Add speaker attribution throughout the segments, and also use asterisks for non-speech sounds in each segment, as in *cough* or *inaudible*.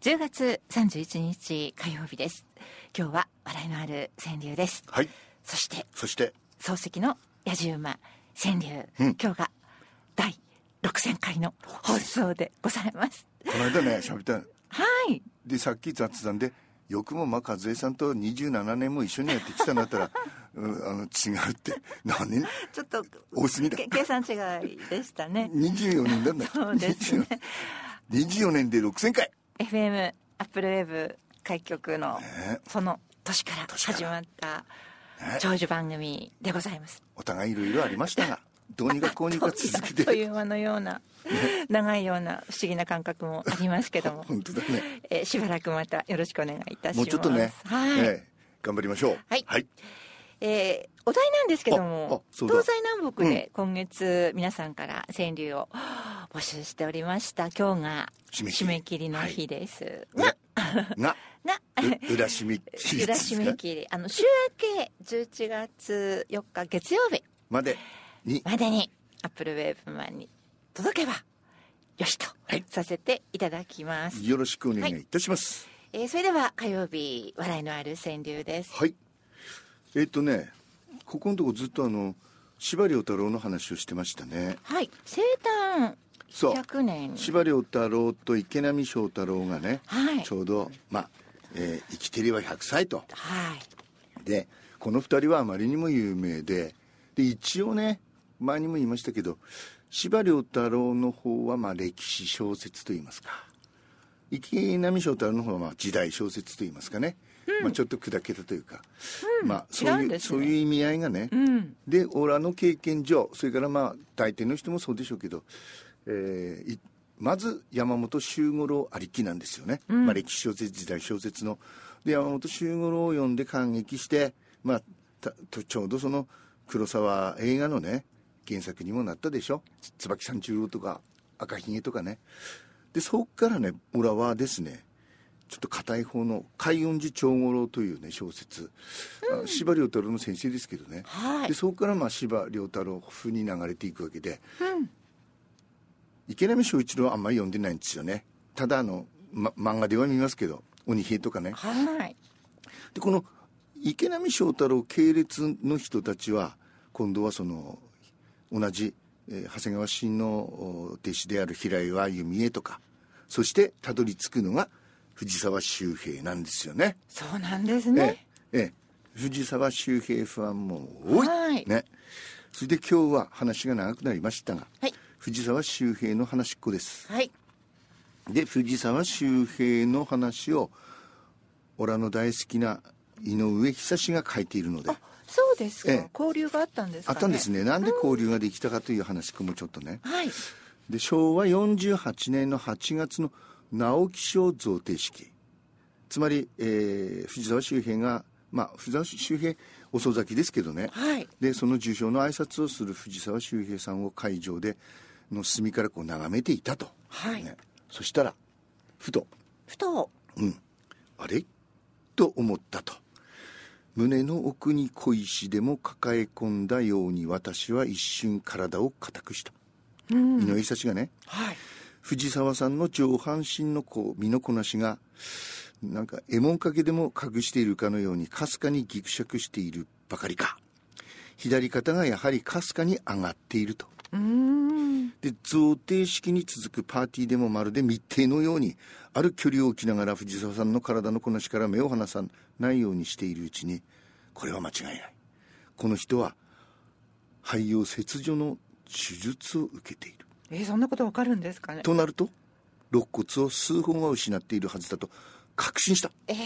Speaker 1: 10月31日火曜日です今日は笑いのある川柳です
Speaker 2: はい。
Speaker 1: そして
Speaker 2: そして、
Speaker 1: 漱石の野じ馬川柳、
Speaker 2: うん
Speaker 1: 今日が第6000回の放送でございます
Speaker 2: この間ね、喋ったの
Speaker 1: はい
Speaker 2: で、さっき雑談で、よくもまあ、和江さんと27年も一緒にやってきたんだったら、 *laughs* うんあの、違うって、何年
Speaker 1: ちょっと
Speaker 2: 多すぎだ
Speaker 1: け計算違いでしたね
Speaker 2: ?24 年なんだ。
Speaker 1: そうですね
Speaker 2: 24年で6000回
Speaker 1: FM アップルウェーブ開局の
Speaker 2: ね
Speaker 1: その年から始まった
Speaker 2: ね
Speaker 1: 長寿番組でございます
Speaker 2: お互いいろいろありましたが、どうにかこうにか続け
Speaker 1: あっとい
Speaker 2: て、
Speaker 1: う間のような長いような不思議な感覚もありますけども
Speaker 2: *laughs* 本当だね。
Speaker 1: えーしばらくまたよろしくお願いいたします
Speaker 2: もうちょっとね、
Speaker 1: はい、
Speaker 2: ええ頑張りましょう。
Speaker 1: はい
Speaker 2: はい。
Speaker 1: えーお題なんですけど
Speaker 2: ああ
Speaker 1: も
Speaker 2: そ
Speaker 1: 東
Speaker 2: うだ
Speaker 1: 西南北で今月皆さんから川柳を募集しておりました今日が
Speaker 2: 締め切
Speaker 1: 締
Speaker 2: り
Speaker 1: め切りの日です、
Speaker 2: が、が、
Speaker 1: が
Speaker 2: う裏締め切
Speaker 1: *laughs*
Speaker 2: り
Speaker 1: 裏
Speaker 2: です
Speaker 1: 締
Speaker 2: か
Speaker 1: め切りあの週明け11月4日月曜日
Speaker 2: までに、
Speaker 1: までにアップルウェーブマンに届けばよしとさせていただきます、
Speaker 2: よろしくお願いいたします。
Speaker 1: えーそれでは火曜日笑いのある川柳です
Speaker 2: はい。えっ、とね、ここのとこずっとあの、司馬遼太郎の話をしてましたね。
Speaker 1: はい生誕
Speaker 2: そう
Speaker 1: 100年
Speaker 2: 司馬遼太郎と池波正太郎がね、
Speaker 1: はい
Speaker 2: ちょうど、まあ、えー生きてれば100歳と。
Speaker 1: はい
Speaker 2: で、この2人はあまりにも有名で、で、一応ね、前にも言いましたけど、司馬遼太郎の方は、まあ、歴史小説と言いますか。池波正太郎の方は、まあ、時代小説と言いますかね。まあ、ちょっと砕けたというか、まあ、そう
Speaker 1: 違うん
Speaker 2: いう、
Speaker 1: ですね
Speaker 2: そういう意味合いがね、
Speaker 1: うん
Speaker 2: で俺の経験上それからまあ大抵の人もそうでしょうけど、えーいまず山本周五郎ありきなんですよね、まあ、歴史小説時代小説ので山本周五郎を読んで感激して、まあ、たとちょうどその黒沢映画のね原作にもなったでしょ「椿三十郎」とか「赤ひげ」とかねでそっからね俺はですねちょっと硬い方の「海音寺長五郎」というね小説あ司馬、遼太郎の先生ですけどね、
Speaker 1: はい
Speaker 2: でそこからまあ司馬遼太郎風に流れていくわけで、池波正一郎はあんまり読んでないんですよねただあの、ま、漫画では見ますけど「鬼平」とかね
Speaker 1: はい
Speaker 2: でこの池波正太郎系列の人たちは今度はその同じ、えー長谷川新のお弟子である平岩弓江とかそしてたどり着くのが藤沢周平なんですよね。
Speaker 1: そうなんですね、
Speaker 2: ええええ、藤沢周平ファンも多い、
Speaker 1: はい
Speaker 2: ね、それで今日は話が長くなりましたが、
Speaker 1: はい
Speaker 2: 藤沢周平の話っ子です
Speaker 1: はい
Speaker 2: で藤沢周平の話をオラの大好きな井上久志が書いているので
Speaker 1: そうですか、
Speaker 2: ええ
Speaker 1: 交流があったんですか
Speaker 2: あ
Speaker 1: ね
Speaker 2: ったんですねなんで交流ができたかという話っ子もちょっとね
Speaker 1: はい
Speaker 2: で昭和48年の8月の直木賞贈呈式つまり、えー藤沢周平がまあ藤沢周平遅咲きですけどね、
Speaker 1: はい
Speaker 2: でその受賞の挨拶をする藤沢周平さんを会場での隅からこう眺めていたと、
Speaker 1: はい
Speaker 2: ねそしたらふと
Speaker 1: ふと
Speaker 2: 「あれ?」と思ったと胸の奥に小石でも抱え込んだように私は一瞬体を固くした、井上久志がね
Speaker 1: はい
Speaker 2: 藤沢さんの上半身のこう身のこなしがなんか獲物かけでも隠しているかのようにかすかにぎくしゃくしているばかりか左肩がやはりかすかに上がっていると
Speaker 1: うーん
Speaker 2: で贈呈式に続くパーティーでもまるで密偵のようにある距離を置きながら藤沢さんの体のこなしから目を離さないようにしているうちにこれは間違いないこの人は肺葉切除の手術を受けている
Speaker 1: えーそんなことわかるんですかね
Speaker 2: となると肋骨を数本は失っているはずだと確信した
Speaker 1: ええ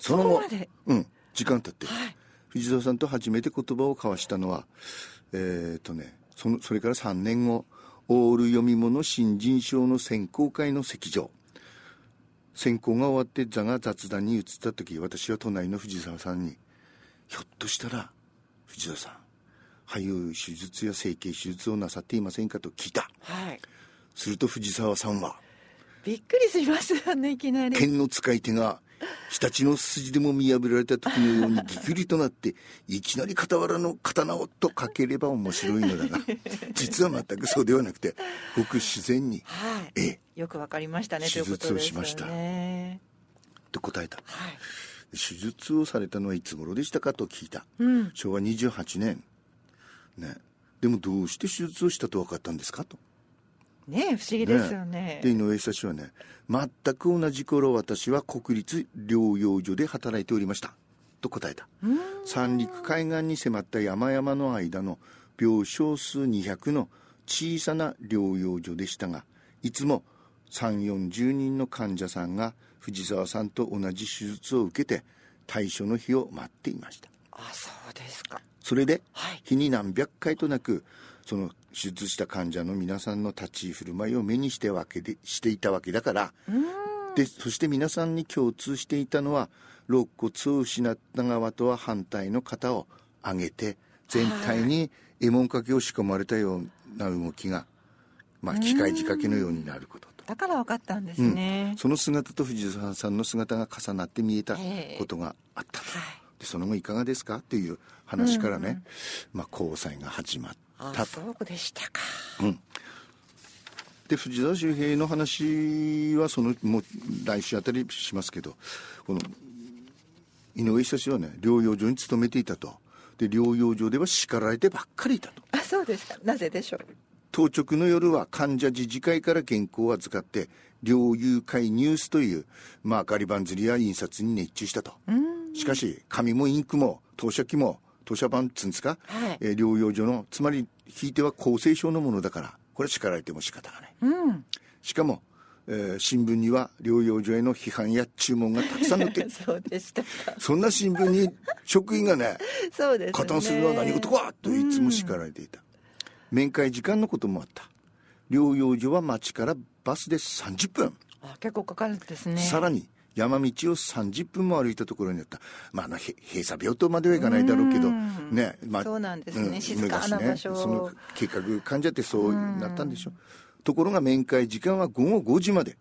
Speaker 2: その後
Speaker 1: そこまで
Speaker 2: うん時間経って、
Speaker 1: はい
Speaker 2: 藤沢さんと初めて言葉を交わしたのはえっ、とねそのそれから3年後オール読み物新人賞の選考会の席上選考が終わって座が雑談に移った時私は隣の藤沢さんに「ひょっとしたら藤沢さん俳優手術や整形手術をなさっていませんか?」と聞いた
Speaker 1: はい
Speaker 2: すると藤沢さんは「
Speaker 1: びっくりしますよねいきなり
Speaker 2: 剣の使い手が日立の筋でも見破られた時のようにぎくりとなっていきなり傍らの刀をとかければ面白いのだが実は全くそうではなくてごく自然に
Speaker 1: はい
Speaker 2: ええ
Speaker 1: よくわかりましたね
Speaker 2: 手術を
Speaker 1: ということです
Speaker 2: しました
Speaker 1: よね
Speaker 2: て答えた
Speaker 1: はい
Speaker 2: 手術をされたのはいつ頃でしたかと聞いた、
Speaker 1: うん
Speaker 2: 昭和28年ねでもどうして手術をしたと分かったんですかと
Speaker 1: ねえ不思議ですよね
Speaker 2: で井上久志はね全く同じ頃私は国立療養所で働いておりましたと答えた三陸海岸に迫った山々の間の病床数200の小さな療養所でしたがいつも3 4 0人の患者さんが藤沢さんと同じ手術を受けて対処の日を待っていました
Speaker 1: あそうですか
Speaker 2: それで、
Speaker 1: はい
Speaker 2: 日に何百回となくその手術した患者の皆さんの立ち居振る舞いを目にしてわけでしていたわけだからでそして皆さんに共通していたのは肋骨を失った側とは反対の肩を上げて全体に獲物掛けを仕込まれたような動きが、まあ、機械仕掛けのようになることと。
Speaker 1: だからわかったんです
Speaker 2: うん
Speaker 1: ね、
Speaker 2: その姿と藤沢さんの姿が重なって見えた
Speaker 1: ええ
Speaker 2: ことがあったと、
Speaker 1: はい
Speaker 2: でその後いかがですかっていう話からね、まあ、交際が始まっ
Speaker 1: あ
Speaker 2: たと
Speaker 1: そうでしたか
Speaker 2: で藤沢周平の話はそのもう来週あたりしますけどこの井上久志はね療養所に勤めていたとで療養所では叱られてばっかりいたと
Speaker 1: あそうですかなぜでしょう
Speaker 2: 当直の夜は患者自治会から原稿を預かって猟友会ニュースという、まあ、ガリバン釣りや印刷に熱中したとしかし紙もインクも投射機も投射板っつうんですか、
Speaker 1: はい
Speaker 2: えー療養所のつまりひいては厚生省のものだからこれは叱られても仕方がない、しかも、えー新聞には療養所への批判や注文がたくさん
Speaker 1: *laughs*
Speaker 2: 載って
Speaker 1: そうでしたか
Speaker 2: そんな新聞に職員が
Speaker 1: *laughs*
Speaker 2: ね
Speaker 1: そうですね
Speaker 2: 加担するのは何事かといつも叱られていた、面会時間のこともあった療養所は町からバスで30分、
Speaker 1: あ結構かかるんですね
Speaker 2: さらに山道を30分も歩いたところにあった、まあ、あのへ閉鎖病棟まではいかないだろうけど、ねまあ、
Speaker 1: そうなんですね静かな
Speaker 2: 昔
Speaker 1: 場所
Speaker 2: その計画患者ってそうなったんでしょところが面会時間は午後5時まで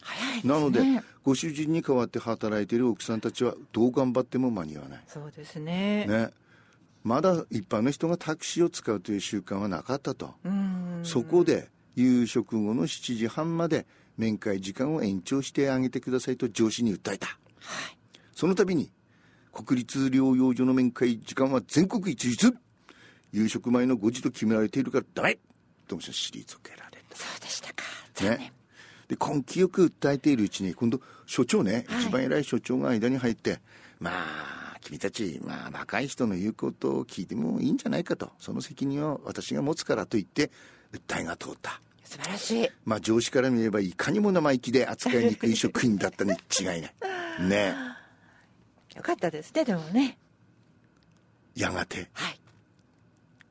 Speaker 1: 早いですね
Speaker 2: なので、ご主人に代わって働いている奥さんたちはどう頑張っても間に合わない
Speaker 1: そうですね
Speaker 2: ね、まだ一般の人がタクシーを使うという習慣はなかったと、
Speaker 1: うん
Speaker 2: そこで夕食後の7時半まで面会時間を延長してあげてくださいと上司に訴えた、その度に国立療養所の面会時間は全国一律夕食前の5時と決められているからダメともし退けられ
Speaker 1: そうでしたか
Speaker 2: たねで根気よく訴えているうちに今度所長ね、一番偉い所長が間に入ってまあ君たち、まあ、若い人の言うことを聞いてもいいんじゃないかとその責任は私が持つからと言って訴えが通った
Speaker 1: 素晴らしい
Speaker 2: まあ上司から見ればいかにも生意気で扱いにくい職員だったに違いない *laughs* ね
Speaker 1: よかったですねでもね
Speaker 2: えやがて
Speaker 1: はい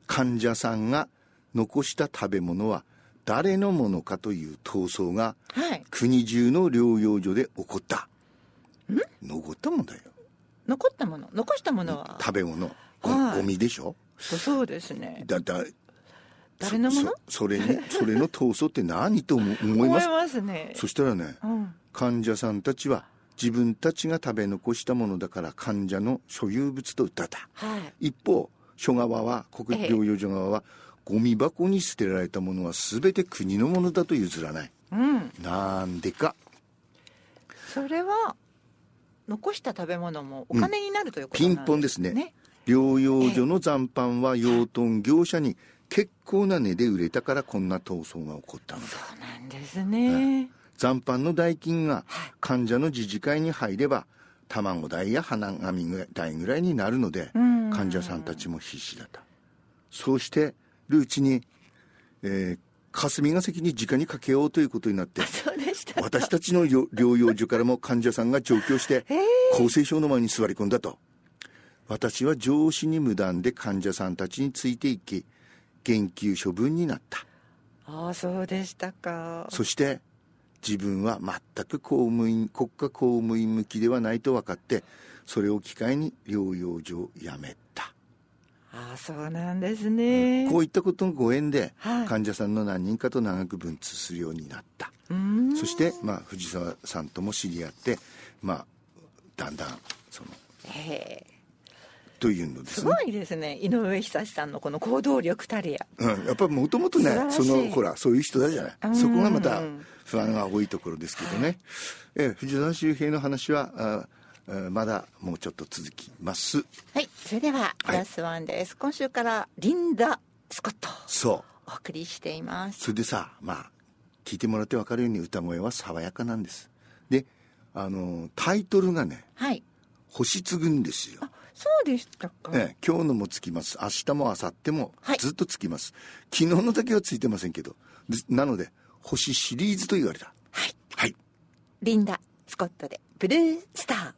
Speaker 2: 患者さんが残した食べ物は誰のものかという闘争が
Speaker 1: はい
Speaker 2: 国中の療養所で起こった残ったもんだよ
Speaker 1: 残ったもの残したものは
Speaker 2: 食べ物ご
Speaker 1: はい
Speaker 2: ゴミでしょ
Speaker 1: そうですね
Speaker 2: だだ
Speaker 1: 誰のもの
Speaker 2: そそれにそれの闘争って何と思思い
Speaker 1: 思
Speaker 2: ま
Speaker 1: い
Speaker 2: す
Speaker 1: ますね
Speaker 2: そしたらね
Speaker 1: うん
Speaker 2: 患者さんたちは自分たちが食べ残したものだから患者の所有物と歌った
Speaker 1: はい
Speaker 2: 一方署側は国立療養所側は、ゴミ箱に捨てられたものは全て国のものだと譲らない
Speaker 1: うん
Speaker 2: なんでか
Speaker 1: それは残した食べ物もお金になるということ
Speaker 2: ピ
Speaker 1: なん
Speaker 2: ンポンですね療養所の残飯は養豚業者に結構な値で売れたからこんな闘争が起こったのだ
Speaker 1: そうなんですね
Speaker 2: 残飯の代金が患者の自治会に入れば卵代や花紙代ぐらいになるので
Speaker 1: ん
Speaker 2: 患者さんたちも必死だったそうしてるうちに、えー霞が関に直にかけようということになって
Speaker 1: *laughs* そうでした
Speaker 2: 私たちのよ療養所からも患者さんが上京
Speaker 1: *laughs*
Speaker 2: して厚生省の前に座り込んだと私は上司に無断で患者さんたちについていき減給処分になった
Speaker 1: ああそうでしたか
Speaker 2: そして自分は全く公務員国家公務員向きではないと分かってそれを機会に療養所を辞めた、
Speaker 1: ああそうなんですね
Speaker 2: こういったことのご縁で、
Speaker 1: はい
Speaker 2: 患者さんの何人かと長く文通するようになった
Speaker 1: うん
Speaker 2: そして、まあ、藤沢さんとも知り合って、まあ、だんだんその
Speaker 1: ええ
Speaker 2: というのですすね
Speaker 1: ごいですね井上久志さんのこの行動力たるや
Speaker 2: うん、やっぱりもともとね
Speaker 1: 素晴らしい
Speaker 2: そのほらそういう人だじゃ
Speaker 1: う
Speaker 2: なんいそこがまた不安が多いところですけどね、ええ藤沢周平の話はあえーまだもうちょっと続きます
Speaker 1: はいそれでは「
Speaker 2: はい
Speaker 1: ラスワンです、今週からリンダ・スコット
Speaker 2: そう
Speaker 1: お送りしています
Speaker 2: それでさまあ聞いてもらって分かるように歌声は爽やかなんですであのタイトルがね
Speaker 1: はい
Speaker 2: 星継ぐんですよ
Speaker 1: そうでしたか、
Speaker 2: ええ、今日のもつきます明日も明後日も
Speaker 1: はい
Speaker 2: ずっとつきます、昨日のだけはついてませんけどずなので星シリーズと言われた
Speaker 1: はい
Speaker 2: はい
Speaker 1: リンダ・スコットで「ブルースター」